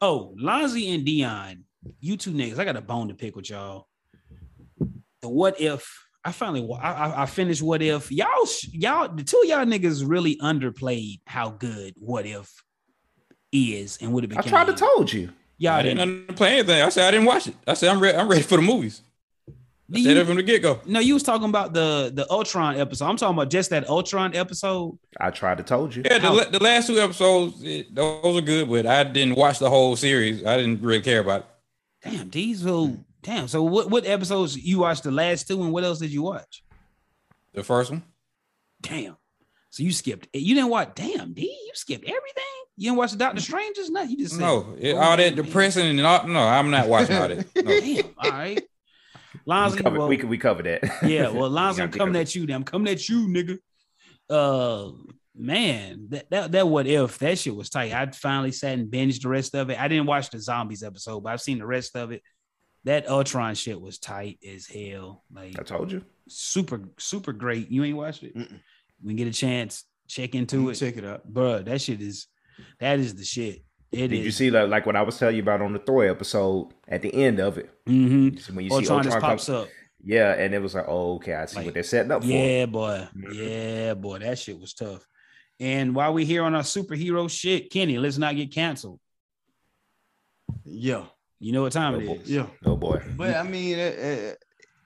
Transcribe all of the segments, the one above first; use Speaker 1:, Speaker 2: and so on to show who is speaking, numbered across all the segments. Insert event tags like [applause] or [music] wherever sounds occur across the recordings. Speaker 1: Oh, Lonzy and Dion, you two niggas, I got a bone to pick with y'all. The what if I finally wa- I, I- I finished what if y'all sh- y'all the two of y'all niggas really underplayed how good what if is and would have
Speaker 2: I
Speaker 1: became.
Speaker 2: tried to told you.
Speaker 1: y'all
Speaker 3: I
Speaker 1: didn't.
Speaker 3: didn't play anything. I said I didn't watch it. I said I'm ready. I'm ready for the movies. I
Speaker 1: Do
Speaker 3: said
Speaker 1: you-
Speaker 3: it from the get go.
Speaker 1: no, you was talking about the the Ultron episode. I'm talking about just that Ultron episode.
Speaker 2: I tried to told you.
Speaker 3: Yeah, the,
Speaker 1: How-
Speaker 3: la- the last two episodes, it, those are good, but I didn't watch the whole series. I didn't really care about it.
Speaker 1: Damn, these who damn. So what what episodes you watched the last two and what else did you watch?
Speaker 3: The first one.
Speaker 1: Damn. So you skipped. You didn't watch. Damn, D. You skipped everything. You didn't watch the Doctor Strange's nothing. You just said,
Speaker 3: No, it,
Speaker 1: Oh,
Speaker 3: all that
Speaker 1: man.
Speaker 3: depressing and all, no, I'm not watching all that.
Speaker 1: [laughs]
Speaker 3: No.
Speaker 1: Damn. All right.
Speaker 2: we,
Speaker 1: Lonzo,
Speaker 2: covered,
Speaker 1: well,
Speaker 2: we, could- we covered that.
Speaker 1: yeah.
Speaker 2: [laughs]
Speaker 1: Well, Lonzo,
Speaker 2: gotta
Speaker 1: I'm
Speaker 2: be
Speaker 1: coming
Speaker 2: covered.
Speaker 1: at you. Now. I'm coming at you, nigga. Uh, man, that, that that what if that shit was tight. I finally sat and binged the rest of it. I didn't watch the zombies episode, but I've seen the rest of it. That Ultron shit was tight as hell. Like
Speaker 2: I told you.
Speaker 1: super, super great. You ain't watched it.
Speaker 4: Mm-mm.
Speaker 1: When you get a chance, check into it.
Speaker 4: Check it out.
Speaker 1: Bruh, that shit is that is the shit. It
Speaker 2: Did you
Speaker 1: is.
Speaker 2: see like, like what I was telling you about on the Thor episode at the end of it?
Speaker 1: Mhm.
Speaker 2: You see- When you see
Speaker 1: Ultron
Speaker 2: Ultron,
Speaker 1: just
Speaker 2: comes,
Speaker 1: pops up.
Speaker 2: yeah, and it was like, oh, okay, I see
Speaker 1: Like,
Speaker 2: what they're setting up for.
Speaker 1: Yeah, boy.
Speaker 2: Mhm.
Speaker 1: Yeah, boy. That shit was tough. And while we here on our superhero shit, Kenny, let's not get canceled.
Speaker 4: Yeah.
Speaker 1: You know what time
Speaker 2: Oh, boy.
Speaker 1: it is.
Speaker 4: Yeah.
Speaker 2: Oh boy,
Speaker 4: But I mean, eh, eh,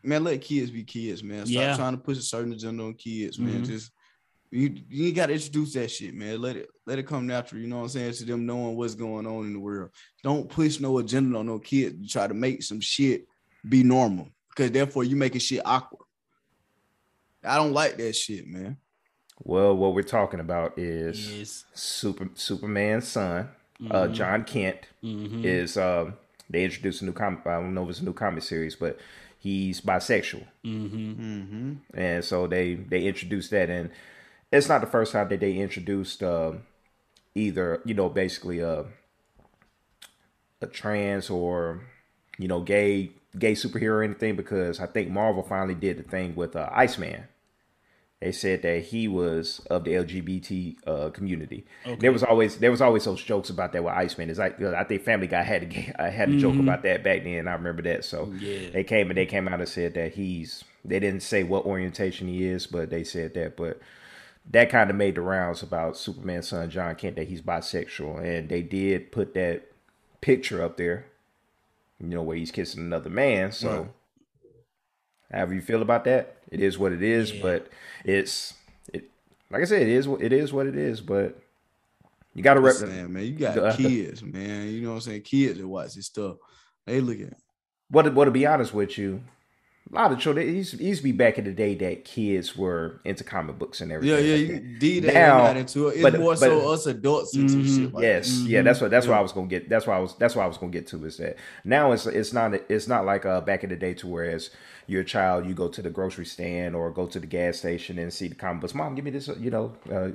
Speaker 4: man, let kids be kids, man. Stop
Speaker 1: Yeah.
Speaker 4: trying to push a certain agenda on kids, man.
Speaker 1: Mhm.
Speaker 4: Just you, you ain't got to introduce that shit, man. Let it, let it come natural. You know what I'm saying? To them knowing what's going on in the world. Don't push no agenda on no kid. You try to make some shit be normal, because therefore you making shit awkward. I don't like that shit, man.
Speaker 2: well, what we're talking about is
Speaker 1: Yes.
Speaker 2: Super Superman's son, uh,
Speaker 1: Mhm.
Speaker 2: John Kent,
Speaker 1: Mhm.
Speaker 2: is um, they introduced a new comic. I don't know if it's a new comic series, but he's bisexual,
Speaker 1: Mhm.
Speaker 4: Mm-hmm.
Speaker 2: and so they they introduced that, and it's not the first time that they introduced um, either you know basically a a trans or you know gay gay superhero or anything because I think Marvel finally did the thing with uh, Iceman. They said that he was of the LGBT uh, community. There was always there was always those jokes about that with Iceman. It's like I think Family Guy had a ga- uh, [laughs] had a joke about that back then. I remember that. So
Speaker 1: Yeah.
Speaker 2: they came and they came out and said that he's. They didn't say what orientation he is, but they said that. But that kind of made the rounds about Superman's son John Kent that he's bisexual, and they did put that picture up there. You know where he's kissing another man. So
Speaker 4: Right.
Speaker 2: however you feel about that, it is what it is.
Speaker 1: Yeah.
Speaker 2: But it's it like I said, it is what it is what it is. But you got to rep.
Speaker 4: Saying, man, you got
Speaker 2: the-
Speaker 4: kids, man. You know what I'm saying? Kids that watch this stuff. They look at
Speaker 2: What what to be honest with you, a lot of children. It used, it used to be back in the day that kids were into comic books and
Speaker 4: Yeah,
Speaker 2: everything.
Speaker 4: yeah,
Speaker 2: like
Speaker 4: you
Speaker 2: that. [laughs]
Speaker 4: D that
Speaker 2: Now-
Speaker 4: not into it. It's
Speaker 2: but-
Speaker 4: more so
Speaker 2: but-
Speaker 4: us adults into
Speaker 1: Mhm.
Speaker 4: shit. Like
Speaker 2: yes,
Speaker 4: that.
Speaker 2: yeah. That's what that's what
Speaker 4: Yeah.
Speaker 2: I was gonna get. That's why I was that's what I was gonna get to is that now it's it's not it's not like uh back in the day to where as your child you go to the grocery stand or go to the gas station and see the comic books. Mom, give me this. uh, You know, uh,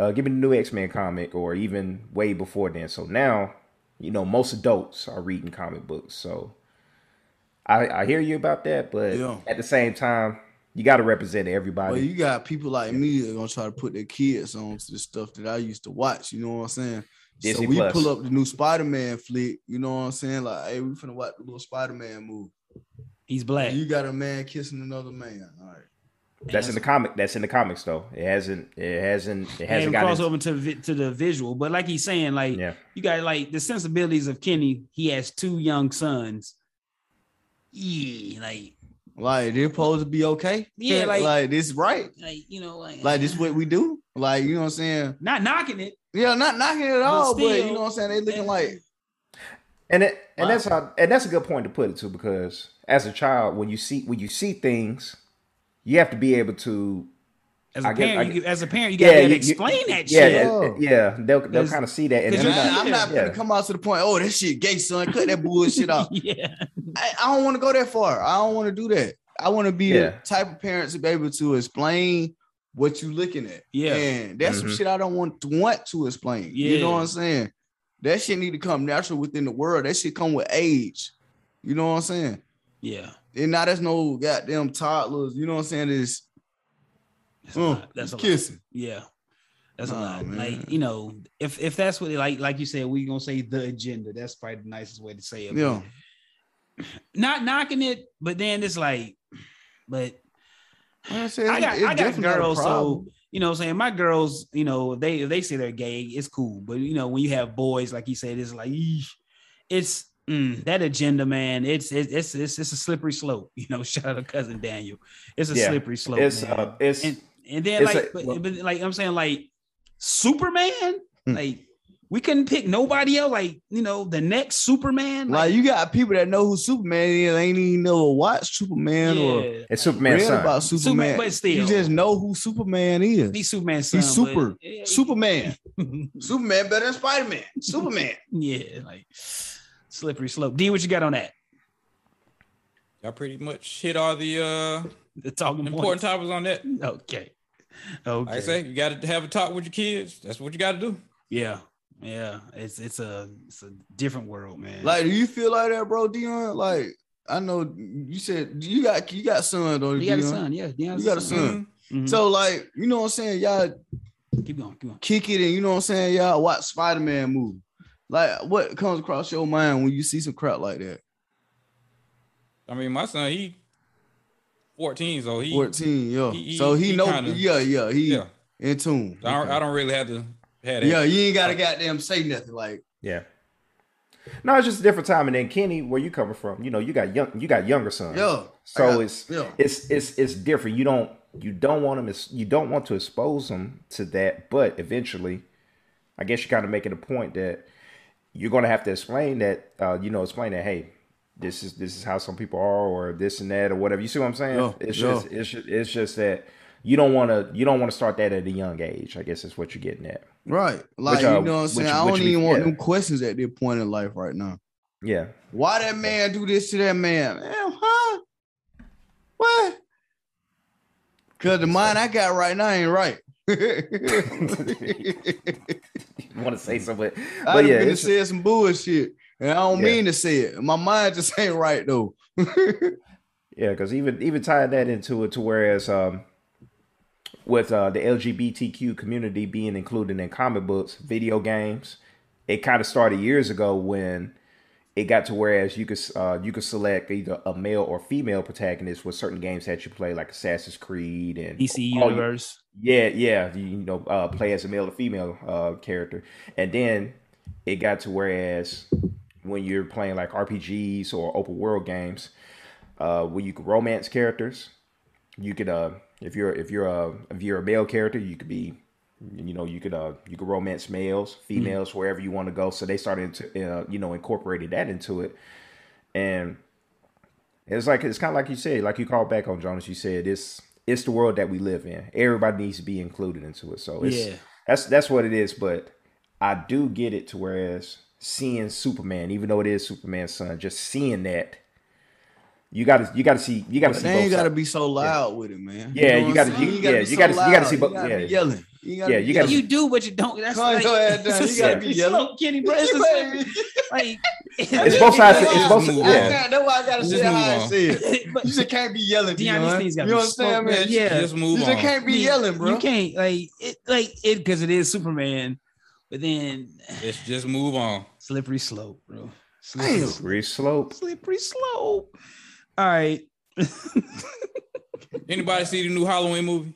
Speaker 2: uh, give me the new X Men comic or even way before then. So now, you know, most adults are reading comic books. So I I hear you about that, but
Speaker 4: Yeah.
Speaker 2: at the same time, you got to represent everybody.
Speaker 4: But you got people like me that gonna try to put their kids on to the stuff that I used to watch. You know what I'm saying?
Speaker 2: Disney
Speaker 4: so we
Speaker 2: Plus.
Speaker 4: pull up the new Spider Man flick. You know what I'm saying? Like, hey, we finna watch the little Spider Man movie.
Speaker 1: He's black.
Speaker 4: You got a man kissing another man. All right.
Speaker 2: that's in the comic. That's in the comics though. It hasn't. It hasn't. It hasn't
Speaker 1: and
Speaker 2: gotten.
Speaker 1: cross over to vi- to the visual, but like he's saying, like
Speaker 2: yeah.
Speaker 1: you got like the sensibilities of Kenny. He has two young sons. Yeah, like
Speaker 4: Like they're supposed to be okay.
Speaker 1: Yeah, like-
Speaker 4: like this right.
Speaker 1: like you know, like,
Speaker 4: Like this what we do. Like you know what I'm saying?
Speaker 1: not knocking it.
Speaker 4: Yeah, not knocking it at all, but
Speaker 1: still-
Speaker 4: you know what I'm saying? They looking like
Speaker 2: And it, and
Speaker 1: Wow.
Speaker 2: that's how and that's a good point to put it to because as a child when you see when you see things, you have to be able to
Speaker 1: As a
Speaker 2: I guess-
Speaker 1: parent,
Speaker 2: I
Speaker 1: you, as a parent, you gotta, be able to
Speaker 2: you- you-
Speaker 1: explain that
Speaker 2: yeah,
Speaker 1: shit.
Speaker 2: Yeah, yeah, they'll they'll
Speaker 1: Because-
Speaker 2: kind of see that and
Speaker 1: because
Speaker 2: they're
Speaker 1: you're
Speaker 4: Man,
Speaker 2: not,
Speaker 4: I'm not
Speaker 2: yeah.
Speaker 4: gonna come out to the point. Oh, that shit gay, son. Cut that
Speaker 2: [laughs]
Speaker 4: bullshit off.
Speaker 1: [laughs] yeah.
Speaker 4: I, I don't want to go that far. I don't want to do that. I want to be the
Speaker 2: Yeah.
Speaker 4: type of parents to be able to explain what you looking at.
Speaker 1: Yeah.
Speaker 4: and that's some
Speaker 2: Mhm.
Speaker 4: shit I don't want to want to explain. You
Speaker 1: Yeah.
Speaker 4: know what I'm saying? That shit need to come natural within the world. That shit come with age. You know what I'm saying?
Speaker 1: Yeah.
Speaker 4: And now there's no goddamn toddlers. You know what I'm saying? Is
Speaker 1: That's a
Speaker 4: mm,
Speaker 1: lot. That's a lot.
Speaker 4: kissing.
Speaker 1: Yeah. That's a
Speaker 4: Nah,
Speaker 1: lot.
Speaker 4: man.
Speaker 1: Like you know, if if that's what like like you said, we gonna say the agenda. That's probably the nicest way to say it.
Speaker 4: Yeah.
Speaker 1: Not knocking it, but then it's like, but
Speaker 4: Like I, said,
Speaker 1: I got-
Speaker 4: it's
Speaker 1: I got
Speaker 4: definitely not a
Speaker 1: girls, so-
Speaker 4: problem.
Speaker 1: you know what I'm saying? My girls, you know, if they if they say they're gay, it's cool. But you know, when you have boys, like you said, it's like eesh. it's mm, that agenda, man. It's it's it's it's, it's a slippery slope. [laughs] You know, shout out to cousin Daniel. It's a
Speaker 2: Yeah.
Speaker 1: slippery slope.
Speaker 2: It's
Speaker 1: man.
Speaker 2: uh, it's
Speaker 1: and and then
Speaker 2: it's
Speaker 1: like
Speaker 2: a-
Speaker 1: but,
Speaker 2: well-
Speaker 1: but like I'm saying like Superman,
Speaker 4: Hmm.
Speaker 1: like we couldn't pick nobody else. Like you know, the next Superman.
Speaker 4: Like you got people that know who Superman is, ain't even never watched Superman or read
Speaker 2: it's Superman's son.
Speaker 4: about
Speaker 1: Superman,
Speaker 4: Superman.
Speaker 1: but still,
Speaker 4: you just know who Superman is.
Speaker 1: he's Superman's son.
Speaker 4: he's
Speaker 1: but-
Speaker 4: super.
Speaker 1: Yeah,
Speaker 4: Superman. Superman better than Spider Man. Superman.
Speaker 1: [laughs] yeah, like slippery slope. D, what you got on that?
Speaker 3: Y'all pretty much hit all the uh
Speaker 1: The talking
Speaker 3: important topics on that.
Speaker 1: points. [laughs] Okay. Okay.
Speaker 3: Like I say, you got to have a talk with your kids. That's what you got to do.
Speaker 1: Yeah. Yeah. It's it's a it's a different world, man.
Speaker 4: [laughs] Like, do you feel like that, bro, Dion? Like, I know you said you got you got sons on
Speaker 1: you got a son, yeah. Dion's
Speaker 4: You got a son.
Speaker 3: Mm-hmm.
Speaker 1: Mhm.
Speaker 4: So like, you know what I'm saying? Y'all
Speaker 1: keep going, keep going.
Speaker 4: kick it and you know what I'm saying? Y'all watch Spider-Man movie. Like what comes across your mind when you see some crap like that?
Speaker 3: I mean, my son, he 14, so he
Speaker 4: 14, yeah.
Speaker 3: he-
Speaker 4: so he,
Speaker 3: he
Speaker 4: know
Speaker 3: kinda-
Speaker 4: yeah, yeah, he
Speaker 3: yeah.
Speaker 4: in tune.
Speaker 3: I, don't, I don't really have to have that.
Speaker 4: Yeah, you ain't gotta goddamn say nothing. Like
Speaker 2: Yeah. No, it's just a different time. And then Kenny, where you coming from? You know, you got young, you got younger sons.
Speaker 4: yo,
Speaker 2: So
Speaker 4: I got-
Speaker 2: it's
Speaker 4: yo.
Speaker 2: it's it's it's different. You don't you don't want them. You don't want to expose them to that. But eventually, I guess you're kind of making a point that you're going to have to explain that. Uh, you know, explain that. Hey, this is this is how some people are, or this and that, or whatever. You see what I'm saying?
Speaker 4: Yeah,
Speaker 2: it's
Speaker 4: yeah.
Speaker 2: just it's just, it's just that you don't want to you don't want to start that at a young age. I guess that's what you're getting at.
Speaker 4: Right. Like,
Speaker 2: uh,
Speaker 4: you know what I'm saying?
Speaker 2: which-
Speaker 4: I
Speaker 2: which
Speaker 4: don't
Speaker 2: we-
Speaker 4: even want
Speaker 2: yeah.
Speaker 4: them questions at this point in life right now.
Speaker 2: Yeah.
Speaker 4: Why that man do this to that man? Man, huh? What? Cause the mind I got right now ain't [laughs] right.
Speaker 2: You want to say something, but,
Speaker 4: I
Speaker 2: yeah,
Speaker 4: been
Speaker 2: it's-
Speaker 4: said some bullshit, and I don't
Speaker 2: Yeah.
Speaker 4: mean to say it. My mind just [laughs] ain't right though.
Speaker 2: Yeah, because even even tying that into it to whereas um with uh the LGBTQ community being included in comic books, video games, it kind of started years ago when it got to whereas you could uh, you could select either a male or female protagonist with certain games that you play, like Assassin's Creed and
Speaker 1: DC
Speaker 2: all your-
Speaker 1: universe.
Speaker 2: yeah, yeah. You, you know, uh, play as a male or female uh, character, and then it got to whereas when you're playing like RPGs or open world games, uh, where you could romance characters, you could uh, if you're if you're a if you're a male character, you could be, you know, you could uh, you could romance males, females, wherever you want to go. So they started to uh, you know incorporating that into it, and it's like it's kind of like you said, like you called back on Jonas. You said it's it's the world that we live in. Everybody needs to be included into it. So it's,
Speaker 1: Yeah.
Speaker 2: that's that's what it is. But I do get it to whereas seeing Superman, even though it is Superman's son, just seeing that you got to you got to see you got to
Speaker 4: But
Speaker 2: see.
Speaker 4: they
Speaker 2: both
Speaker 4: ain't gotta
Speaker 2: sides.
Speaker 4: be so loud with it, man.
Speaker 2: Yeah, you
Speaker 4: what
Speaker 2: gotta-
Speaker 4: I'm saying?
Speaker 2: you- yeah,
Speaker 4: be
Speaker 2: you gotta- you gotta see
Speaker 4: loud.
Speaker 2: both-
Speaker 4: You gotta
Speaker 2: yeah.
Speaker 4: be yelling. You gotta
Speaker 2: Yeah,
Speaker 4: be
Speaker 2: you gotta-
Speaker 1: you do, but you don't. That's
Speaker 4: Calm
Speaker 1: like,
Speaker 4: your ass down.
Speaker 1: it's a
Speaker 4: You gotta
Speaker 1: slippery
Speaker 4: be yelling.
Speaker 1: slope, Kenny, bro. It's a
Speaker 4: yelling.
Speaker 1: slippery- [laughs] like
Speaker 2: It's both sides. It's both.
Speaker 3: Move
Speaker 4: I
Speaker 2: Yeah,
Speaker 4: got, that's why I gotta
Speaker 3: Just
Speaker 4: say how I
Speaker 3: move on.
Speaker 4: say it.
Speaker 1: [laughs] but
Speaker 4: You just can't be yelling,
Speaker 1: Deion,
Speaker 4: Dion.
Speaker 1: these things
Speaker 4: You
Speaker 1: gotta be
Speaker 4: understand
Speaker 1: smoked, man.
Speaker 4: me?
Speaker 1: Yeah.
Speaker 3: Just move
Speaker 4: You
Speaker 3: on.
Speaker 4: just can't be yelling, bro.
Speaker 1: You can't like it, like it, because it is Superman. But then
Speaker 3: Let's just move on.
Speaker 1: slippery slope, bro. Slippery,
Speaker 4: Damn.
Speaker 1: slope.
Speaker 2: slippery slope.
Speaker 1: slippery slope. All right.
Speaker 3: Anybody see the new Halloween movie?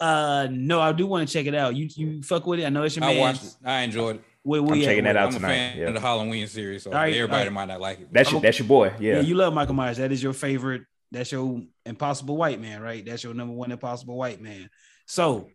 Speaker 1: uh, no, I do want to check it out. You you fuck with it. I know it's your
Speaker 3: I
Speaker 1: man.
Speaker 3: watched it. I enjoyed it.
Speaker 1: Where we
Speaker 2: I'm
Speaker 1: at?
Speaker 2: checking that out
Speaker 3: I'm a
Speaker 2: tonight.
Speaker 3: fan
Speaker 2: Yeah.
Speaker 3: of the Halloween series, so
Speaker 1: All right,
Speaker 3: everybody
Speaker 1: all right.
Speaker 3: might not like it.
Speaker 2: That's your
Speaker 1: I'm a-
Speaker 2: that's your boy.
Speaker 1: Yeah.
Speaker 2: Yeah,
Speaker 1: you love Michael Myers. That is your favorite. That's your impossible white man, right? That's your number one impossible white man. So,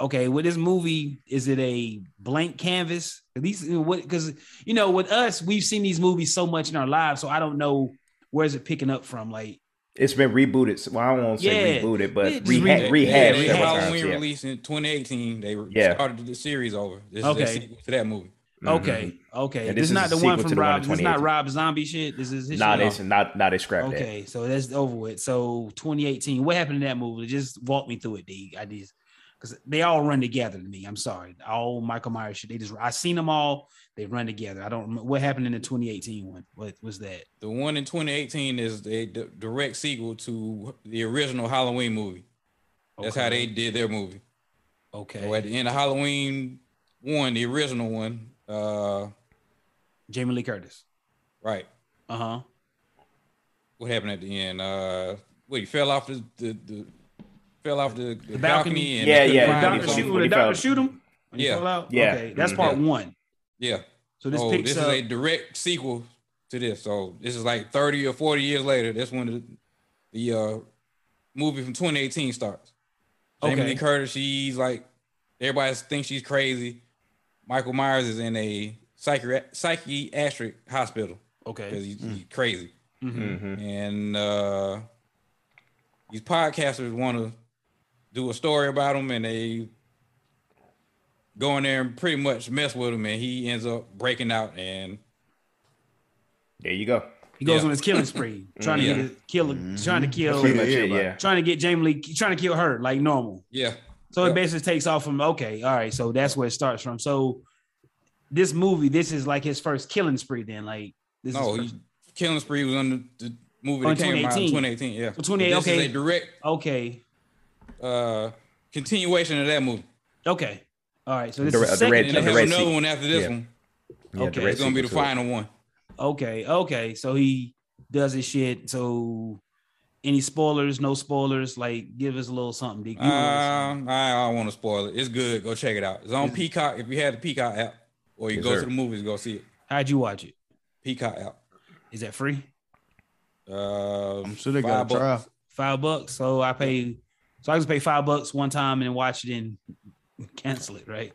Speaker 1: okay, with this movie, is it a blank canvas? At least you know, what because you know, with us, we've seen these movies so much in our lives, so I don't know where's it picking up from. Like,
Speaker 2: it's been rebooted. so- Well, I won't say
Speaker 1: Yeah.
Speaker 2: rebooted,
Speaker 1: Yeah,
Speaker 2: but
Speaker 1: just re-
Speaker 2: reha- rehashed
Speaker 1: yeah,
Speaker 3: They had
Speaker 2: several
Speaker 3: Halloween
Speaker 2: times. Yeah.
Speaker 3: release in 2018. They
Speaker 2: Yeah.
Speaker 3: started the series over. This is
Speaker 1: Okay.
Speaker 3: a sequel to that movie.
Speaker 2: Mhm.
Speaker 1: okay, okay,
Speaker 2: Yeah,
Speaker 1: this,
Speaker 2: this
Speaker 1: is
Speaker 2: is
Speaker 1: not
Speaker 2: a
Speaker 1: the one
Speaker 2: sequel
Speaker 1: from
Speaker 2: to the one
Speaker 1: Rob.
Speaker 2: in
Speaker 1: This is not Rob Zombie shit. This is his
Speaker 2: Nah,
Speaker 1: shit.
Speaker 2: they not not they scrapped that.
Speaker 1: Okay, so that's over with. So 2018, what happened in that movie? Just walk me through it, D. I just because they all run together to me. I'm sorry, all Michael Myers shit. They just I seen them all. They run together. I don't remember what happened in the 2018 one. What was that?
Speaker 3: The one in 2018 is a d- direct sequel to the original Halloween movie. That's how they
Speaker 1: Okay.
Speaker 3: did their movie.
Speaker 1: Okay.
Speaker 3: So at the end of Halloween one, the original one, uh,
Speaker 1: Jamie Lee Curtis.
Speaker 3: right?
Speaker 1: Uh huh.
Speaker 3: What happened at the end? Uh, well, he fell off the the, the fell off the, the balcony.
Speaker 1: balcony.
Speaker 3: and
Speaker 2: Yeah,
Speaker 3: couldn't
Speaker 2: yeah.
Speaker 1: When
Speaker 3: find
Speaker 2: when
Speaker 1: the doctor
Speaker 2: he
Speaker 3: him.
Speaker 1: shoot, when
Speaker 2: fell-
Speaker 1: the
Speaker 2: when he fell.
Speaker 1: doctor shoot him. When he
Speaker 3: Yeah.
Speaker 1: fell out.
Speaker 2: Yeah. Mm-hmm.
Speaker 1: Okay, that's part one.
Speaker 3: yeah.
Speaker 1: So this
Speaker 3: oh,
Speaker 1: picks
Speaker 3: this
Speaker 1: up.
Speaker 3: is a direct sequel to this. So this is like 30 or 40 years later. That's when the, the uh, movie from 2018 starts. Jamie
Speaker 1: Okay.
Speaker 3: Lee Curtis, she's like everybody thinks she's crazy. Michael Myers is in a psychiatric psychiatric hospital because Mm-hmm.
Speaker 1: okay.
Speaker 3: he's, he's crazy.
Speaker 1: Mhm.
Speaker 2: Mhm.
Speaker 3: And uh, these podcasters want to do a story about him, and they go in there and pretty much mess with him, and he ends up breaking out and
Speaker 2: There you go.
Speaker 1: He goes
Speaker 3: Yeah.
Speaker 1: on his killing spree, trying to
Speaker 3: Yeah.
Speaker 1: get his kill, trying
Speaker 2: Mm-hmm.
Speaker 1: to kill,
Speaker 2: Pretty
Speaker 4: yeah,
Speaker 2: much it,
Speaker 4: yeah.
Speaker 2: yeah.
Speaker 1: trying to get Jamie Lee, trying to kill her like normal.
Speaker 3: yeah.
Speaker 1: So it
Speaker 3: Yep.
Speaker 1: basically takes off from okay, all right. So that's where it starts from. So this movie, this is like his first killing spree. Then, like this
Speaker 3: No,
Speaker 1: is
Speaker 3: he, Killing Spree was on the, the movie
Speaker 1: Oh,
Speaker 3: that came out
Speaker 1: 2018.
Speaker 3: in 2018. Yeah,
Speaker 1: So 28,
Speaker 3: This
Speaker 1: okay.
Speaker 3: is a direct
Speaker 1: okay,
Speaker 3: uh, continuation of that movie.
Speaker 1: okay, all right. So this
Speaker 2: The-
Speaker 1: is
Speaker 2: the
Speaker 1: second.
Speaker 2: red-
Speaker 3: And
Speaker 2: the
Speaker 3: they have
Speaker 2: direct
Speaker 3: another
Speaker 2: sequel.
Speaker 3: one after this
Speaker 2: Yeah.
Speaker 3: one.
Speaker 2: Yeah,
Speaker 1: Okay.
Speaker 2: direct
Speaker 3: It's gonna be the
Speaker 2: sequel to it.
Speaker 3: final one.
Speaker 1: okay, okay. So he does his shit. So any spoilers? No spoilers. Like give us a little something. Dick. You know this.
Speaker 3: Um, I don't want to spoil it. It's good. Go check it out. It's on Peacock if you have the Peacock app, or you
Speaker 2: Yes,
Speaker 3: go
Speaker 2: sir.
Speaker 3: to the movies, go see it.
Speaker 1: How'd you watch it?
Speaker 3: Peacock app.
Speaker 1: Is that free?
Speaker 3: Uh,
Speaker 4: I'm sure they
Speaker 3: five
Speaker 4: got a
Speaker 3: bucks.
Speaker 4: trial.
Speaker 1: Five bucks. So I pay. So I just pay five bucks one time and watch it and [laughs] cancel it. Right.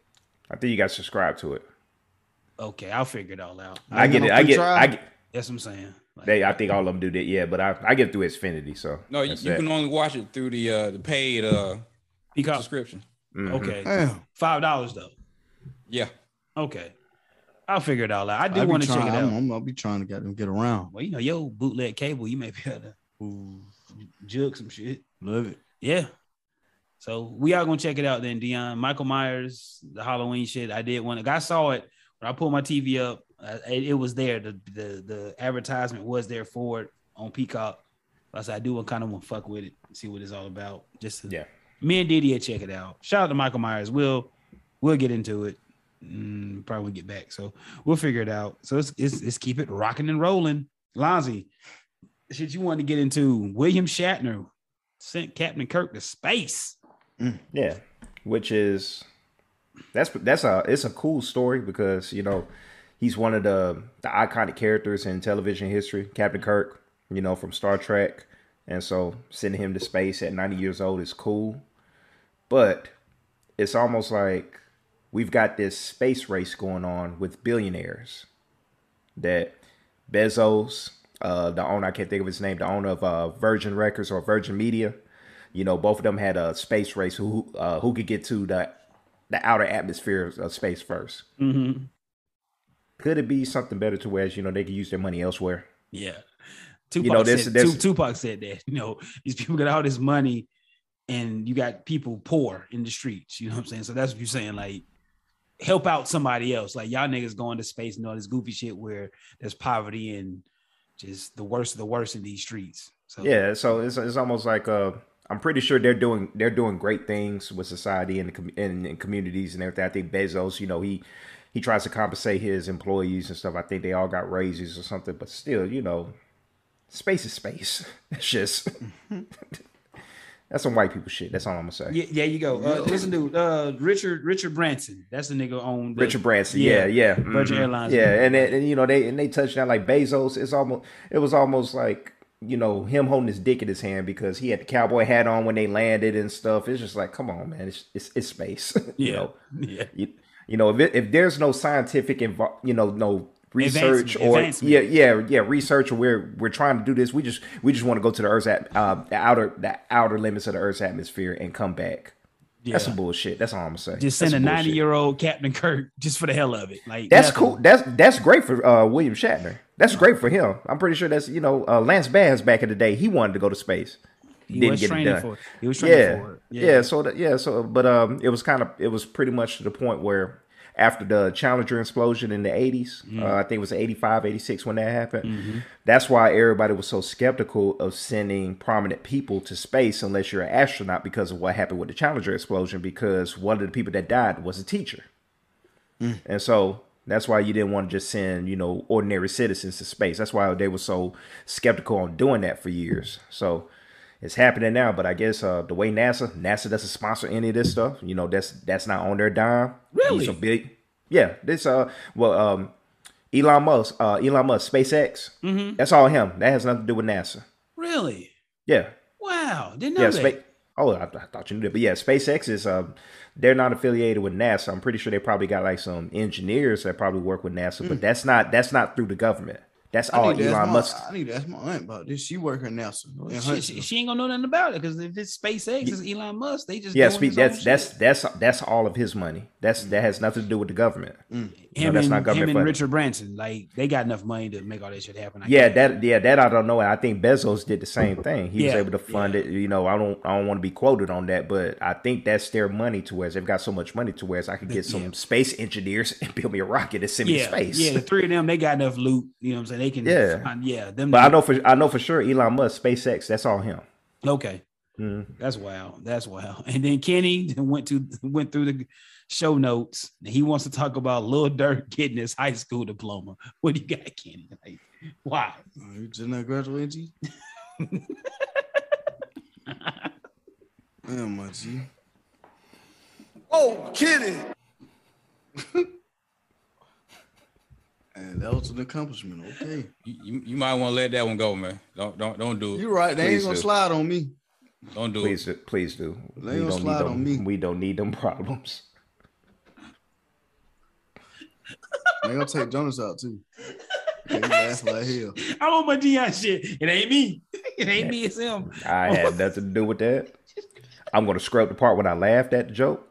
Speaker 2: I think you got to subscribe to it.
Speaker 1: Okay, I'll figure it all out.
Speaker 2: I get
Speaker 4: no
Speaker 2: it. I
Speaker 4: free
Speaker 2: get.
Speaker 4: trial?
Speaker 2: I get.
Speaker 1: That's what I'm saying. Like,
Speaker 2: They. I think all of them do that. Yeah, but I. I get through Xfinity. So
Speaker 3: No, you,
Speaker 2: that's
Speaker 3: you
Speaker 2: that.
Speaker 3: can only watch it through the uh, the paid uh,
Speaker 1: Peacock.
Speaker 3: subscription.
Speaker 2: Mhm.
Speaker 1: Okay.
Speaker 4: Damn.
Speaker 1: Five dollars though.
Speaker 3: Yeah,
Speaker 1: Okay. I'll figure it all out. I
Speaker 4: I
Speaker 1: do
Speaker 4: be
Speaker 1: want to check
Speaker 4: trying-
Speaker 1: it
Speaker 4: I'm,
Speaker 1: out.
Speaker 4: I'm, I'll be trying to get them get around.
Speaker 1: Well, you know, yo, bootleg cable, you may be able to ooh, jug some shit.
Speaker 4: Love it.
Speaker 1: Yeah. So we are gonna check it out then, Dion. Michael Myers, the Halloween shit. I did one. I saw it when I pulled my TV up. uh, It, it was there. The, the the advertisement was there for it on Peacock. I said I do. I kind of want to fuck with it, see what it's all about. Just to,
Speaker 2: Yeah.
Speaker 1: Me and Didier check it out. Shout out to Michael Myers. We'll we'll get into it. Mm, probably get back. So we'll figure it out. So it's it's, it's keep it rocking and rolling. Lonzy, shit you want to get into? William Shatner sent Captain Kirk to space.
Speaker 2: Yeah, which is that's that's a it's a cool story because you know he's one of the the iconic characters in television history, Captain Kirk. You know from Star Trek, and so sending him to space at 90 years old is cool, but it's almost like we've got this space race going on with billionaires that Bezos, uh, the owner I can't think of his name, the owner of uh, Virgin Records or Virgin Media you know, both of them had a space race who uh, who could get to the the outer atmosphere of space first.
Speaker 1: Mm-hmm.
Speaker 2: Could it be something better to where you know they could use their money elsewhere?
Speaker 1: Yeah. Tupac,
Speaker 2: You know, this-
Speaker 1: said,
Speaker 2: this-
Speaker 1: Tu- Tupac said that. You know, these people got all this money and you got people poor in the streets. You know what I'm saying? So that's what you're saying. Like, help out somebody else. Like, y'all niggas going to space and all this goofy shit where there's poverty and just the worst of the worst in these streets. So,
Speaker 2: Yeah, so it's it's almost like uh, I'm pretty sure they're doing they're doing great things with society and the com- and, and communities and everything. I think Bezos, you know, he he tries to compensate his employees and stuff. I think they all got raises or something, but still, you know, space is space. [laughs] It's just that's some white people shit. That's all I'm gonna say.
Speaker 1: Yeah, there you go. Uh, listen, dude. Uh, Richard Richard Branson. That's the nigga on the,
Speaker 2: Richard Branson, yeah, yeah,
Speaker 1: Virgin
Speaker 2: mhm.
Speaker 1: Airlines.
Speaker 2: yeah, and, it- and you know they and they touched on like Bezos. It's almost it was almost like you know him holding his dick in his hand because he had the cowboy hat on when they landed and stuff. It's just like, come on, man, it's it's, it's space. [laughs] you
Speaker 1: Yeah.
Speaker 2: know,
Speaker 1: [laughs] yeah.
Speaker 2: you, you know if it, if there's no scientific invo- you know no research
Speaker 1: Advancement,
Speaker 2: or
Speaker 1: advancement.
Speaker 2: yeah yeah yeah research or we're we're trying to do this we just we just want to go to the earth's at uh, the outer the outer limits of the earth's atmosphere and come back that's
Speaker 1: Yeah.
Speaker 2: some bullshit that's all i'm gonna say
Speaker 1: Just
Speaker 2: That's
Speaker 1: send a
Speaker 2: some bullshit.
Speaker 1: 90 year old Captain Kirk just for the hell of it. Like
Speaker 2: That's
Speaker 1: nothing.
Speaker 2: cool. That's that's great for uh, William Shatner. That's great for him. I'm pretty sure that's you know uh, Lance Bass back in the day. He wanted to go to space.
Speaker 1: He
Speaker 2: Didn't
Speaker 1: was
Speaker 2: get it
Speaker 1: training
Speaker 2: done.
Speaker 1: for it. He was training
Speaker 2: Yeah.
Speaker 1: for it.
Speaker 2: yeah, So that, yeah, so but um, it was kind of it was pretty much to the point where after the Challenger explosion in the 80s.
Speaker 1: Mm.
Speaker 2: Uh, I think it was 85, 86 when that happened.
Speaker 1: Mhm.
Speaker 2: That's why everybody was so skeptical of sending prominent people to space unless you're an astronaut because of what happened with the Challenger explosion, because one of the people that died was a teacher. And so that's why you didn't want to just send, you know, ordinary citizens to space. That's why they were so skeptical on doing that for years. So it's happening now, but I guess uh, the way NASA, NASA doesn't sponsor any of this stuff. You know, that's that's not on their dime.
Speaker 1: Really?
Speaker 2: These are big, yeah. This uh, well, um, Elon Musk, uh, Elon Musk, SpaceX.
Speaker 1: Mhm.
Speaker 2: That's all him. That has nothing to do with NASA.
Speaker 1: Really?
Speaker 2: Yeah,
Speaker 1: Wow. Didn't know
Speaker 2: yeah.
Speaker 1: that.
Speaker 2: Spa- oh, I, I thought you knew that, but yeah, SpaceX is. Um, they're not affiliated with NASA. I'm pretty sure they probably got like some engineers that probably work with NASA,
Speaker 1: Hmm.
Speaker 2: but that's not that's not through the government. That's all
Speaker 4: I need, to ask
Speaker 2: Elon
Speaker 4: my,
Speaker 2: Oh, Musk.
Speaker 4: I need to ask my aunt about this. She work her NASA. in
Speaker 1: Well, she, she,
Speaker 4: Huntsville.
Speaker 1: she ain't gonna know nothing about it because if it's SpaceX, it's Elon Musk. They just
Speaker 2: Yeah,
Speaker 1: doing
Speaker 2: speak,
Speaker 1: his own
Speaker 2: that's that's
Speaker 1: shit. Hmm.
Speaker 2: that's that's all of his money. That's that has nothing to do with the government. no,
Speaker 1: him
Speaker 2: that's
Speaker 1: and,
Speaker 2: not
Speaker 1: him
Speaker 2: government
Speaker 1: and
Speaker 2: funded.
Speaker 1: Richard Branson. Like they got enough money to make all that shit happen. I
Speaker 2: Yeah,
Speaker 1: guess.
Speaker 2: that yeah, that I don't know. And I think Bezos did
Speaker 1: [laughs]
Speaker 2: the same thing. He was
Speaker 1: Yeah,
Speaker 2: able to fund it. You know, I don't I don't want to be quoted on that, but I think that's their money to where they've got so much money to where I could get some
Speaker 1: [laughs] Yeah.
Speaker 2: space engineers [laughs] and build me a rocket and send me
Speaker 1: yeah,
Speaker 2: to space.
Speaker 1: yeah. The three of them, they got enough loot. You know what I'm saying? They can.
Speaker 2: Yeah.
Speaker 1: find- yeah. Them.
Speaker 2: But I know for I know for sure Elon Musk, SpaceX, that's all him.
Speaker 1: Okay,
Speaker 2: Mhm.
Speaker 3: Mm-hmm.
Speaker 1: that's wild. That's wild. And then Kenny [laughs] went to went through the show notes. And he wants to talk about Lil Durk getting his high school diploma. What do you got, Kenny? Like, why?
Speaker 4: Oh, You just not graduating, [laughs] G? Damn, my G. Oh, kidding. and that was an accomplishment. Okay.
Speaker 3: You, you, you might want to let that one go, man. Don't don't don't do it.
Speaker 4: You're right. They
Speaker 2: Please
Speaker 4: ain't gonna
Speaker 2: do.
Speaker 4: slide on me.
Speaker 3: Don't do
Speaker 2: Please
Speaker 3: it.
Speaker 2: do- please do.
Speaker 4: They gonna
Speaker 2: don't need
Speaker 4: slide
Speaker 2: them,
Speaker 4: on me.
Speaker 2: we don't need them [laughs] problems.
Speaker 4: They gonna take Jonas out too. He laugh like hell.
Speaker 1: I'm on my Dion shit. It ain't me. [laughs] It ain't me. It's [laughs] him.
Speaker 3: [laughs]
Speaker 2: I had nothing to do with that. I'm gonna scrub the part when I laughed at the joke.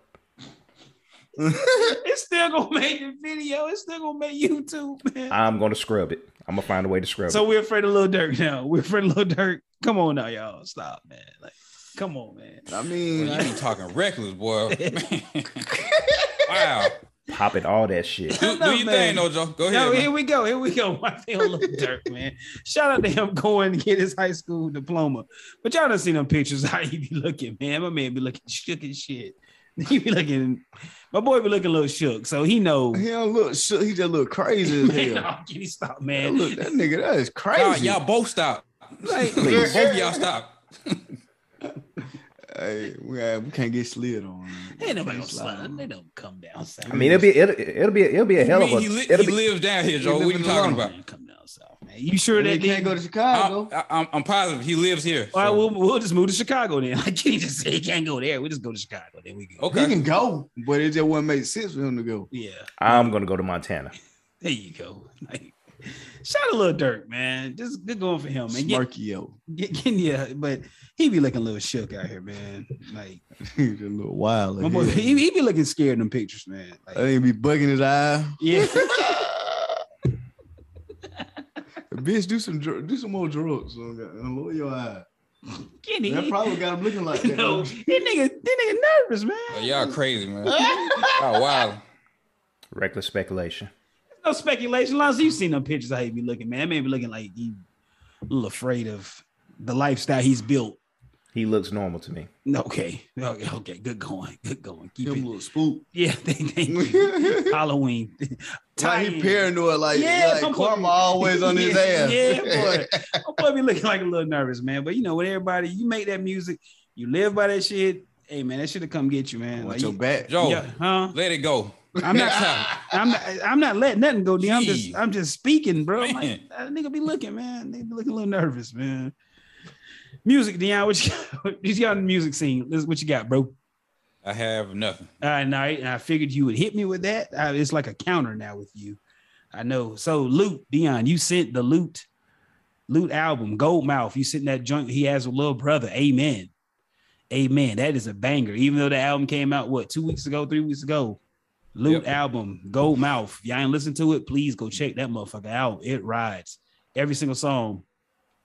Speaker 1: It's still gonna make the video. It's still gonna make YouTube, man.
Speaker 2: I'm gonna scrub it. I'm gonna find a way to
Speaker 1: [laughs]
Speaker 2: scrub
Speaker 1: So we're afraid of Lil Durk now. We're afraid of Lil Durk. Come on now, y'all. Stop, man. Like, come on, man.
Speaker 4: I mean,
Speaker 3: Well, you
Speaker 4: I,
Speaker 3: be talking reckless,
Speaker 4: [laughs]
Speaker 3: boy. Man. wow.
Speaker 2: it. Pop it, all that
Speaker 3: [laughs]
Speaker 2: shit.
Speaker 3: Do,
Speaker 1: No,
Speaker 3: do your
Speaker 1: man.
Speaker 3: thing, Nojo. Go
Speaker 1: No,
Speaker 3: ahead.
Speaker 1: here
Speaker 3: man.
Speaker 1: we go. Here we go. [laughs] My thing on Lil Durk, man. Shout out to him going to get his high school diploma. But y'all done seen them pictures how he be looking, man. My man be looking shook as shit. [laughs] He be looking, my boy be looking a little shook. So he know.
Speaker 4: he don't look. shook. He just look
Speaker 1: [laughs]
Speaker 4: crazy as
Speaker 1: Man,
Speaker 4: hell.
Speaker 1: no, can he stop,
Speaker 4: Hey,
Speaker 1: man?
Speaker 4: Look, that nigga, that is
Speaker 3: Y'all,
Speaker 4: crazy.
Speaker 3: y'all both stop.
Speaker 4: Like,
Speaker 3: Both of y'all stop.
Speaker 4: Hey, we, uh, we can't get slid on. man.
Speaker 1: Ain't nobody
Speaker 4: Can't
Speaker 1: gonna slide. They don't come down south.
Speaker 2: I mean, it'll be it'll, it'll be it'll be a hell
Speaker 3: I
Speaker 2: of
Speaker 3: mean,
Speaker 2: a
Speaker 3: he, li-
Speaker 2: it'll
Speaker 3: he
Speaker 2: be,
Speaker 3: lives down here, Joe.
Speaker 4: He
Speaker 3: What are you
Speaker 4: living
Speaker 3: talking
Speaker 4: alone.
Speaker 3: about?
Speaker 1: Man, come down south, man. You sure
Speaker 4: We
Speaker 1: that
Speaker 4: can't
Speaker 1: didn't
Speaker 4: go to
Speaker 3: I,
Speaker 4: Chicago.
Speaker 3: I, I'm, I'm positive he lives here.
Speaker 1: All right,
Speaker 3: so-
Speaker 1: we'll, we'll just move to Chicago then. [laughs] Like you just say he can't go there. We just go to Chicago. Then we go.
Speaker 3: okay.
Speaker 4: He can go, but it just wouldn't make sense for him to go.
Speaker 1: Yeah,
Speaker 2: I'm gonna go to Montana.
Speaker 1: there you go. Like, shout a little dirt, man. Just good going for him, Oh, man. Get,
Speaker 4: [laughs] Smarkio,
Speaker 1: get, get- yeah, but he be looking a little shook out here, man. Like,
Speaker 4: he's a little wild.
Speaker 1: my
Speaker 4: Like
Speaker 1: boy,
Speaker 4: hell.
Speaker 1: he, he be looking scared in them pictures, man.
Speaker 4: That
Speaker 1: Like,
Speaker 4: nigga be bugging his eye.
Speaker 1: [laughs] yeah,
Speaker 4: Bitch, do some dr- do some more drugs. so that- and lower your eye.
Speaker 1: Kenny.
Speaker 4: That probably got him looking like
Speaker 1: [laughs]
Speaker 4: that.
Speaker 1: no, that nigga, that nigga nervous, man.
Speaker 3: Oh, y'all crazy,
Speaker 4: [laughs]
Speaker 3: man. y'all wild.
Speaker 2: Reckless speculation.
Speaker 1: no speculation. Lonzo, you've seen them pictures how he be looking, man. That man be looking like he a little afraid of the lifestyle he's built.
Speaker 2: He looks normal to me.
Speaker 1: Okay. Okay. Okay. Good going. Good going. Keep
Speaker 4: Him a
Speaker 1: it.
Speaker 4: little spook.
Speaker 1: Yeah. [laughs] Thank, thank you.
Speaker 4: like
Speaker 1: Halloween.
Speaker 4: he paranoid, like,
Speaker 1: Yeah, my
Speaker 4: like
Speaker 1: boy.
Speaker 4: karma always on
Speaker 1: [laughs]
Speaker 4: his
Speaker 1: yeah,
Speaker 4: ass. [laughs]
Speaker 1: Yeah, boy. I'm probably looking like a little nervous, man. But you know, with everybody, you make that music, you live by that shit. Hey, man, that should have come get you, man.
Speaker 4: Want
Speaker 1: Like,
Speaker 4: your
Speaker 1: you-
Speaker 4: back.
Speaker 3: Joe,
Speaker 1: yeah, huh?
Speaker 3: let it go.
Speaker 1: [laughs] I'm
Speaker 3: [laughs]
Speaker 1: not. I'm not. I'm not letting nothing go. D. I'm just.
Speaker 3: Jeez.
Speaker 1: I'm just speaking, bro. I'm
Speaker 3: Man.
Speaker 1: Like, that nigga be looking, man. They be looking a little nervous, man. Music, Dion. What you got? [laughs] You got in the music scene? Let's- What you got, bro?
Speaker 3: I have nothing.
Speaker 1: Uh, and I and I figured you would hit me with that. I, it's like a counter now with you. I know. So loot, Dion, you sent the loot, loot album, Goldmouth. You sent that joint he has a little brother. Amen. Amen. That is a banger. Even though the album came out what two weeks ago, three weeks ago. Loot
Speaker 3: Yep.
Speaker 1: album, Goldmouth. Y'all ain't listen to it. Please go check that motherfucker out. It rides every single song.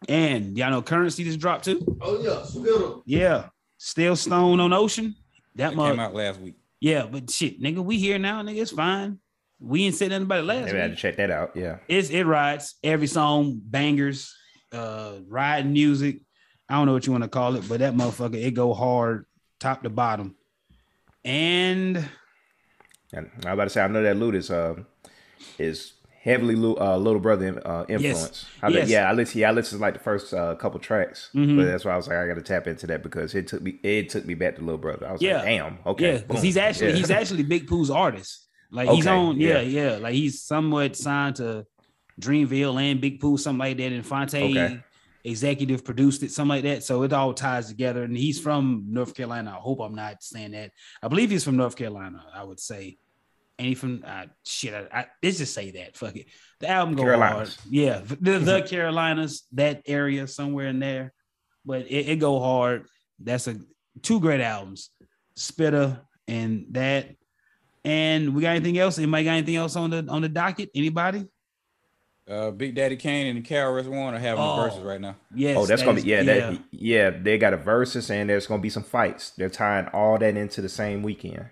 Speaker 1: And y'all know currency just dropped too.
Speaker 4: Oh yeah, still.
Speaker 1: Yeah. Still Stone on Ocean. That
Speaker 3: It
Speaker 1: mother
Speaker 3: came out last week.
Speaker 1: yeah, but shit, nigga, we here now, nigga. It's fine. We ain't said nothing about it last
Speaker 2: Maybe I had to
Speaker 1: week.
Speaker 2: check that out. Yeah.
Speaker 1: It's it rides every song bangers, uh, ride music. I don't know what you want to call it, but that motherfucker it go hard top to bottom. And
Speaker 2: And I was about to say, I know that Lude is um is heavily Lu- uh, little brother uh, influence. I li-
Speaker 1: Yes.
Speaker 2: yeah, I listened. Yeah, I listened to like the first uh, couple tracks,
Speaker 1: Mhm.
Speaker 2: but that's why I was like, I got to tap into that because it took me it took me back to little brother. I was
Speaker 1: Yeah.
Speaker 2: like, damn, okay,
Speaker 1: yeah, because
Speaker 2: boom.
Speaker 1: he's actually
Speaker 2: Yeah.
Speaker 1: he's actually Big Pooh's artist. Like he's
Speaker 2: Okay,
Speaker 1: on, yeah, yeah, Like he's somewhat signed to Dreamville and Big Pooh, something like that. And Fonte
Speaker 2: Okay.
Speaker 1: executive produced it, something like that. So it all ties together. And he's from North Carolina. I hope I'm not saying that. I believe he's from North Carolina. I would say. And he from uh, shit. I, I let's just say that. Fuck it. The album go hard.
Speaker 2: Carolinas.
Speaker 1: Yeah, the,
Speaker 2: [laughs]
Speaker 1: the Carolinas, that area somewhere in there. But it, it go hard. That's a two great albums, Spitter and that. And we got anything else? Anybody got anything else on the on the docket? Anybody?
Speaker 3: Uh, Big Daddy Kane and the Cowrest One are having
Speaker 1: Oh.
Speaker 3: the verses right now.
Speaker 1: Yes.
Speaker 2: Oh, that's
Speaker 1: that
Speaker 2: gonna
Speaker 1: is-
Speaker 2: be yeah, that yeah. They got a versus and there's gonna be some fights. They're tying all that into the same weekend.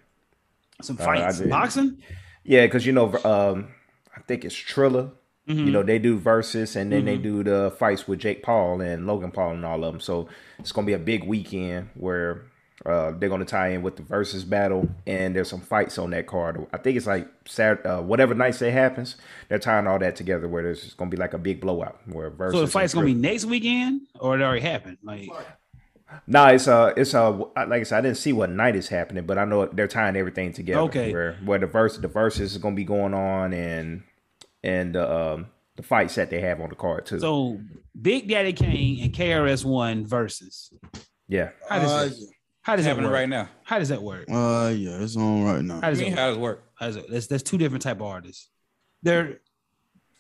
Speaker 1: some
Speaker 2: uh, I
Speaker 1: fights,
Speaker 2: did.
Speaker 1: boxing.
Speaker 2: Yeah, because you know, um, I think it's Trilla.
Speaker 1: Mhm.
Speaker 2: You know, they do versus and then they
Speaker 1: Mm-hmm.
Speaker 2: do the fights with Jake Paul and Logan Paul and all of them. So it's gonna be a big weekend where uh, they're gonna tie in with the versus battle and there's some fights on that card. I think it's like Saturday, uh, whatever nights that happens, they're tying all that together where there's just gonna be like a big blowout where versus.
Speaker 1: so the
Speaker 2: and
Speaker 1: fight's gonna
Speaker 2: Trilla-
Speaker 1: be next weekend, or it already happened. Like
Speaker 2: No, it's uh it's uh like I said, I didn't see what night is happening, but I know they're tying everything together.
Speaker 1: Okay.
Speaker 2: where where the verse the verses is gonna be going on and and uh, um the fights that they have on the card too.
Speaker 1: so, Big Daddy Kane and KRS One versus.
Speaker 2: yeah,
Speaker 1: How does
Speaker 3: Uh,
Speaker 1: that- How does
Speaker 3: it's
Speaker 1: that
Speaker 3: happening
Speaker 1: work?
Speaker 3: right now.
Speaker 1: How does that work?
Speaker 4: Uh, yeah, it's on right now.
Speaker 1: How
Speaker 3: I
Speaker 1: does it
Speaker 3: mean,
Speaker 1: work?
Speaker 3: how does it work?
Speaker 1: As a, that's that's two different type of artists. They're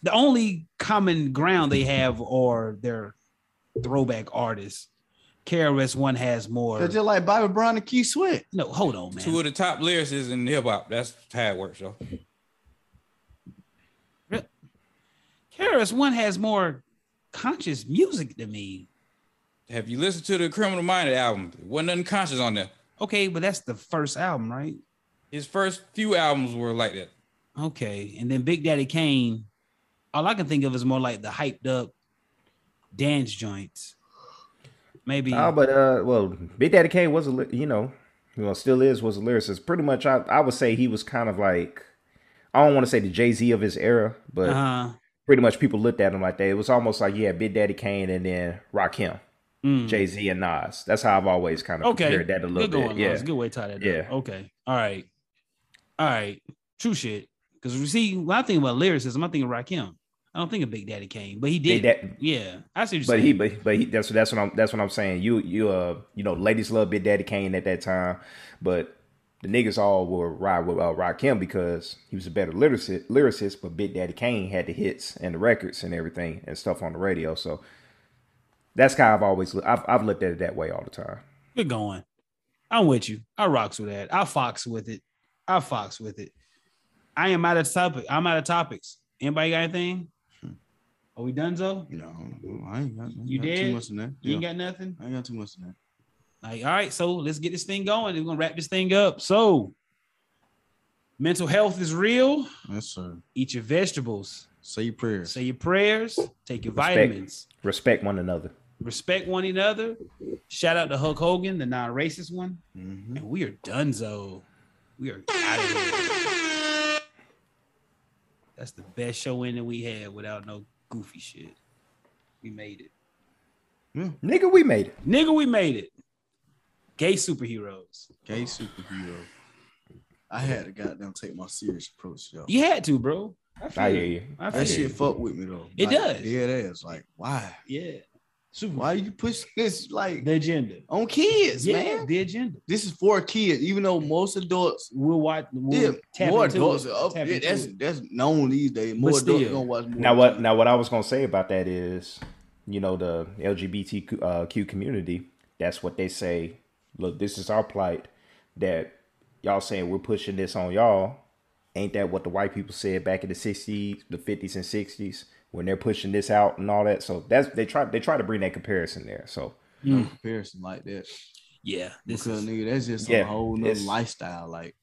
Speaker 1: the only common ground they have are their throwback artists. KRS One has more.
Speaker 4: They're just like Bobby Brown and Key Sweat.
Speaker 1: No, hold on, man.
Speaker 3: Two of the top lyricists in hip hop. That's how it works, though.
Speaker 1: KRS One has more conscious music than me.
Speaker 3: Have you listened to the Criminal Minded album? There wasn't nothing conscious on there.
Speaker 1: Okay, but that's the first album, right?
Speaker 3: His first few albums were like that.
Speaker 1: Okay, and then Big Daddy Kane. All I can think of is more like the hyped up dance joints. Maybe.
Speaker 2: oh, but uh, well, Big Daddy Kane was a ly- you know, you know, still is was a lyricist. Pretty much, I I would say he was kind of like I don't want to say the Jay Z of his era, but
Speaker 1: uh,
Speaker 2: pretty much people looked at him like that. It was almost like yeah, Big Daddy Kane and then Rakim,
Speaker 1: mm.
Speaker 2: Jay Z and Nas. That's how I've always kind of
Speaker 1: okay.
Speaker 2: compared that a little
Speaker 1: good
Speaker 2: bit.
Speaker 1: Going,
Speaker 2: Yeah,
Speaker 1: Lawrence. Good way to tie that
Speaker 2: Yeah.
Speaker 1: up. Okay. All right. All right. True shit. Because we see, when I think about lyricism, I think of Rakim. I don't think of Big Daddy Kane, but he
Speaker 2: Big
Speaker 1: did.
Speaker 2: Da-
Speaker 1: yeah. I see what you're
Speaker 2: But
Speaker 1: saying.
Speaker 2: he, but, but he, that's that's what I'm that's what I'm saying. You you uh you know ladies love Big Daddy Kane at that time, but the niggas all will ride with uh, Rakim because he was a better lyricist, lyricist. But Big Daddy Kane had the hits and the records and everything and stuff on the radio. So that's how I've always loo- I've I've looked at it that way all the time.
Speaker 1: Good going. I'm with you. I rocks with that. I fox with it. I fox with it. I am out of topic. I'm out of topics. Anybody got anything? Are we done, Zo?
Speaker 4: No, I ain't got, I ain't
Speaker 1: You
Speaker 4: got
Speaker 1: dead?
Speaker 4: too much in that.
Speaker 1: You
Speaker 4: Yeah.
Speaker 1: ain't got nothing?
Speaker 4: I ain't got too much in that.
Speaker 1: Like, all right, so let's get this thing going. We're gonna wrap this thing up. So mental health is real.
Speaker 4: Yes, sir.
Speaker 1: Eat your vegetables.
Speaker 4: Say your prayers.
Speaker 1: Say your prayers. Take your
Speaker 2: Respect.
Speaker 1: vitamins.
Speaker 2: Respect one another.
Speaker 1: Respect one another. Shout out to Hulk Hogan, the non-racist one.
Speaker 4: Mhm.
Speaker 1: And we are donezo. We are out of here. That's the best show in that we had without no goofy shit. We made it.
Speaker 2: Nigga, we made it.
Speaker 1: Nigga, we made it. Gay superheroes.
Speaker 4: Gay superhero. I had to goddamn take my serious approach, yo.
Speaker 1: You had to, bro.
Speaker 2: I hear you.
Speaker 1: I
Speaker 4: That
Speaker 1: feel
Speaker 4: shit
Speaker 1: you.
Speaker 4: fuck with me though.
Speaker 1: It does.
Speaker 4: Yeah, it is. Like, why?
Speaker 1: Yeah. Super.
Speaker 4: Why you push this like
Speaker 1: The agenda.
Speaker 4: on kids,
Speaker 1: yeah,
Speaker 4: man?
Speaker 1: the agenda.
Speaker 4: This is for kids, even though most adults,
Speaker 1: We'll watch.
Speaker 4: yeah,
Speaker 1: We'll tap
Speaker 4: more
Speaker 1: into
Speaker 4: adults.
Speaker 1: it,
Speaker 4: Are up,
Speaker 1: tap
Speaker 4: yeah,
Speaker 1: into
Speaker 4: that's
Speaker 1: it.
Speaker 4: that's known these days. More adults
Speaker 1: still.
Speaker 4: gonna watch more.
Speaker 2: Now what? Now what I was gonna say about that is, you know, the LGBTQ uh, Q community. That's what they say. Look, this is our plight. That y'all saying we're pushing this on y'all. Ain't that what the white people said back in the '60s, the '50s, and '60s when they're pushing this out and all that? So that's they try they try to bring that comparison there. So
Speaker 4: comparison like that.
Speaker 1: Yeah, this
Speaker 4: because
Speaker 1: is
Speaker 4: nigga, that's just
Speaker 2: Yeah,
Speaker 4: a whole nother
Speaker 2: it's-
Speaker 4: lifestyle. Like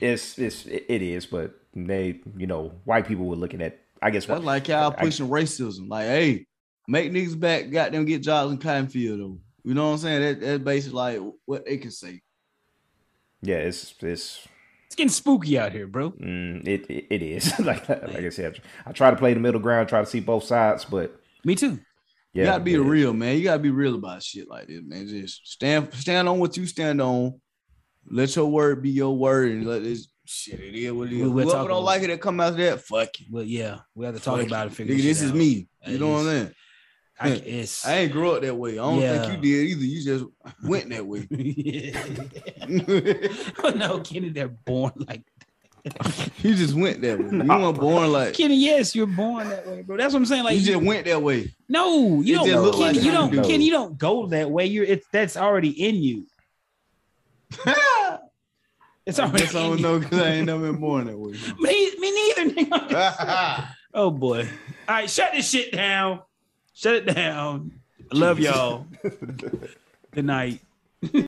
Speaker 2: It's it's it is, but they you know white people were looking at. I guess
Speaker 4: That's like y'all
Speaker 2: I-
Speaker 4: pushing racism. Like, hey, make niggas back, goddamn, get jobs in cotton field though. You know what I'm saying? That, that's basically like what they can say.
Speaker 2: yeah, it's it's
Speaker 1: It's getting spooky out here, bro.
Speaker 2: Mm, it, it it is [laughs] like like I said. I try to play the middle ground, try to see both sides, but
Speaker 1: Me too.
Speaker 2: yeah,
Speaker 4: you gotta be
Speaker 2: it-
Speaker 4: real, man. You gotta be real about shit like this, man. Just stand stand on what you stand on. Let your word be your word, and let this shit it is what it is.
Speaker 1: We- we're
Speaker 4: Whoever
Speaker 1: talking-
Speaker 4: don't like it, that come out of that. Fuck it.
Speaker 1: But yeah, we have to talk
Speaker 4: Fuck
Speaker 1: about it.
Speaker 4: it.
Speaker 1: Figure
Speaker 4: Nigga,
Speaker 1: shit
Speaker 4: this is
Speaker 1: out.
Speaker 4: me.
Speaker 1: It
Speaker 4: You know what I'm
Speaker 1: is.
Speaker 4: saying?
Speaker 1: I, it's [laughs]
Speaker 4: I ain't grow up that way. I don't
Speaker 1: Yeah.
Speaker 4: think you did either. You just went that way. [laughs]
Speaker 1: no, Kenny, they're born like
Speaker 4: you just went that way. You weren't born like
Speaker 1: Kenny. Yes, you're born that way, bro. That's what I'm saying. Like,
Speaker 4: you just went
Speaker 1: [laughs]
Speaker 4: that way.
Speaker 1: no, you
Speaker 4: it
Speaker 1: don't.
Speaker 4: just
Speaker 1: Kenny,
Speaker 4: look like
Speaker 1: you
Speaker 4: something
Speaker 1: don't.
Speaker 2: to do.
Speaker 1: Kenny, you don't go that way. You're. It's that's already in
Speaker 4: [laughs]
Speaker 1: you. It's
Speaker 4: I
Speaker 1: already.
Speaker 4: guess I
Speaker 1: in
Speaker 4: don't
Speaker 1: you.
Speaker 4: know because I ain't never been born that way.
Speaker 1: Me, me neither.
Speaker 4: [laughs]
Speaker 1: nigga. oh boy. All right, shut this shit down.
Speaker 4: [laughs]
Speaker 1: Shut it down. I love y'all. Good night.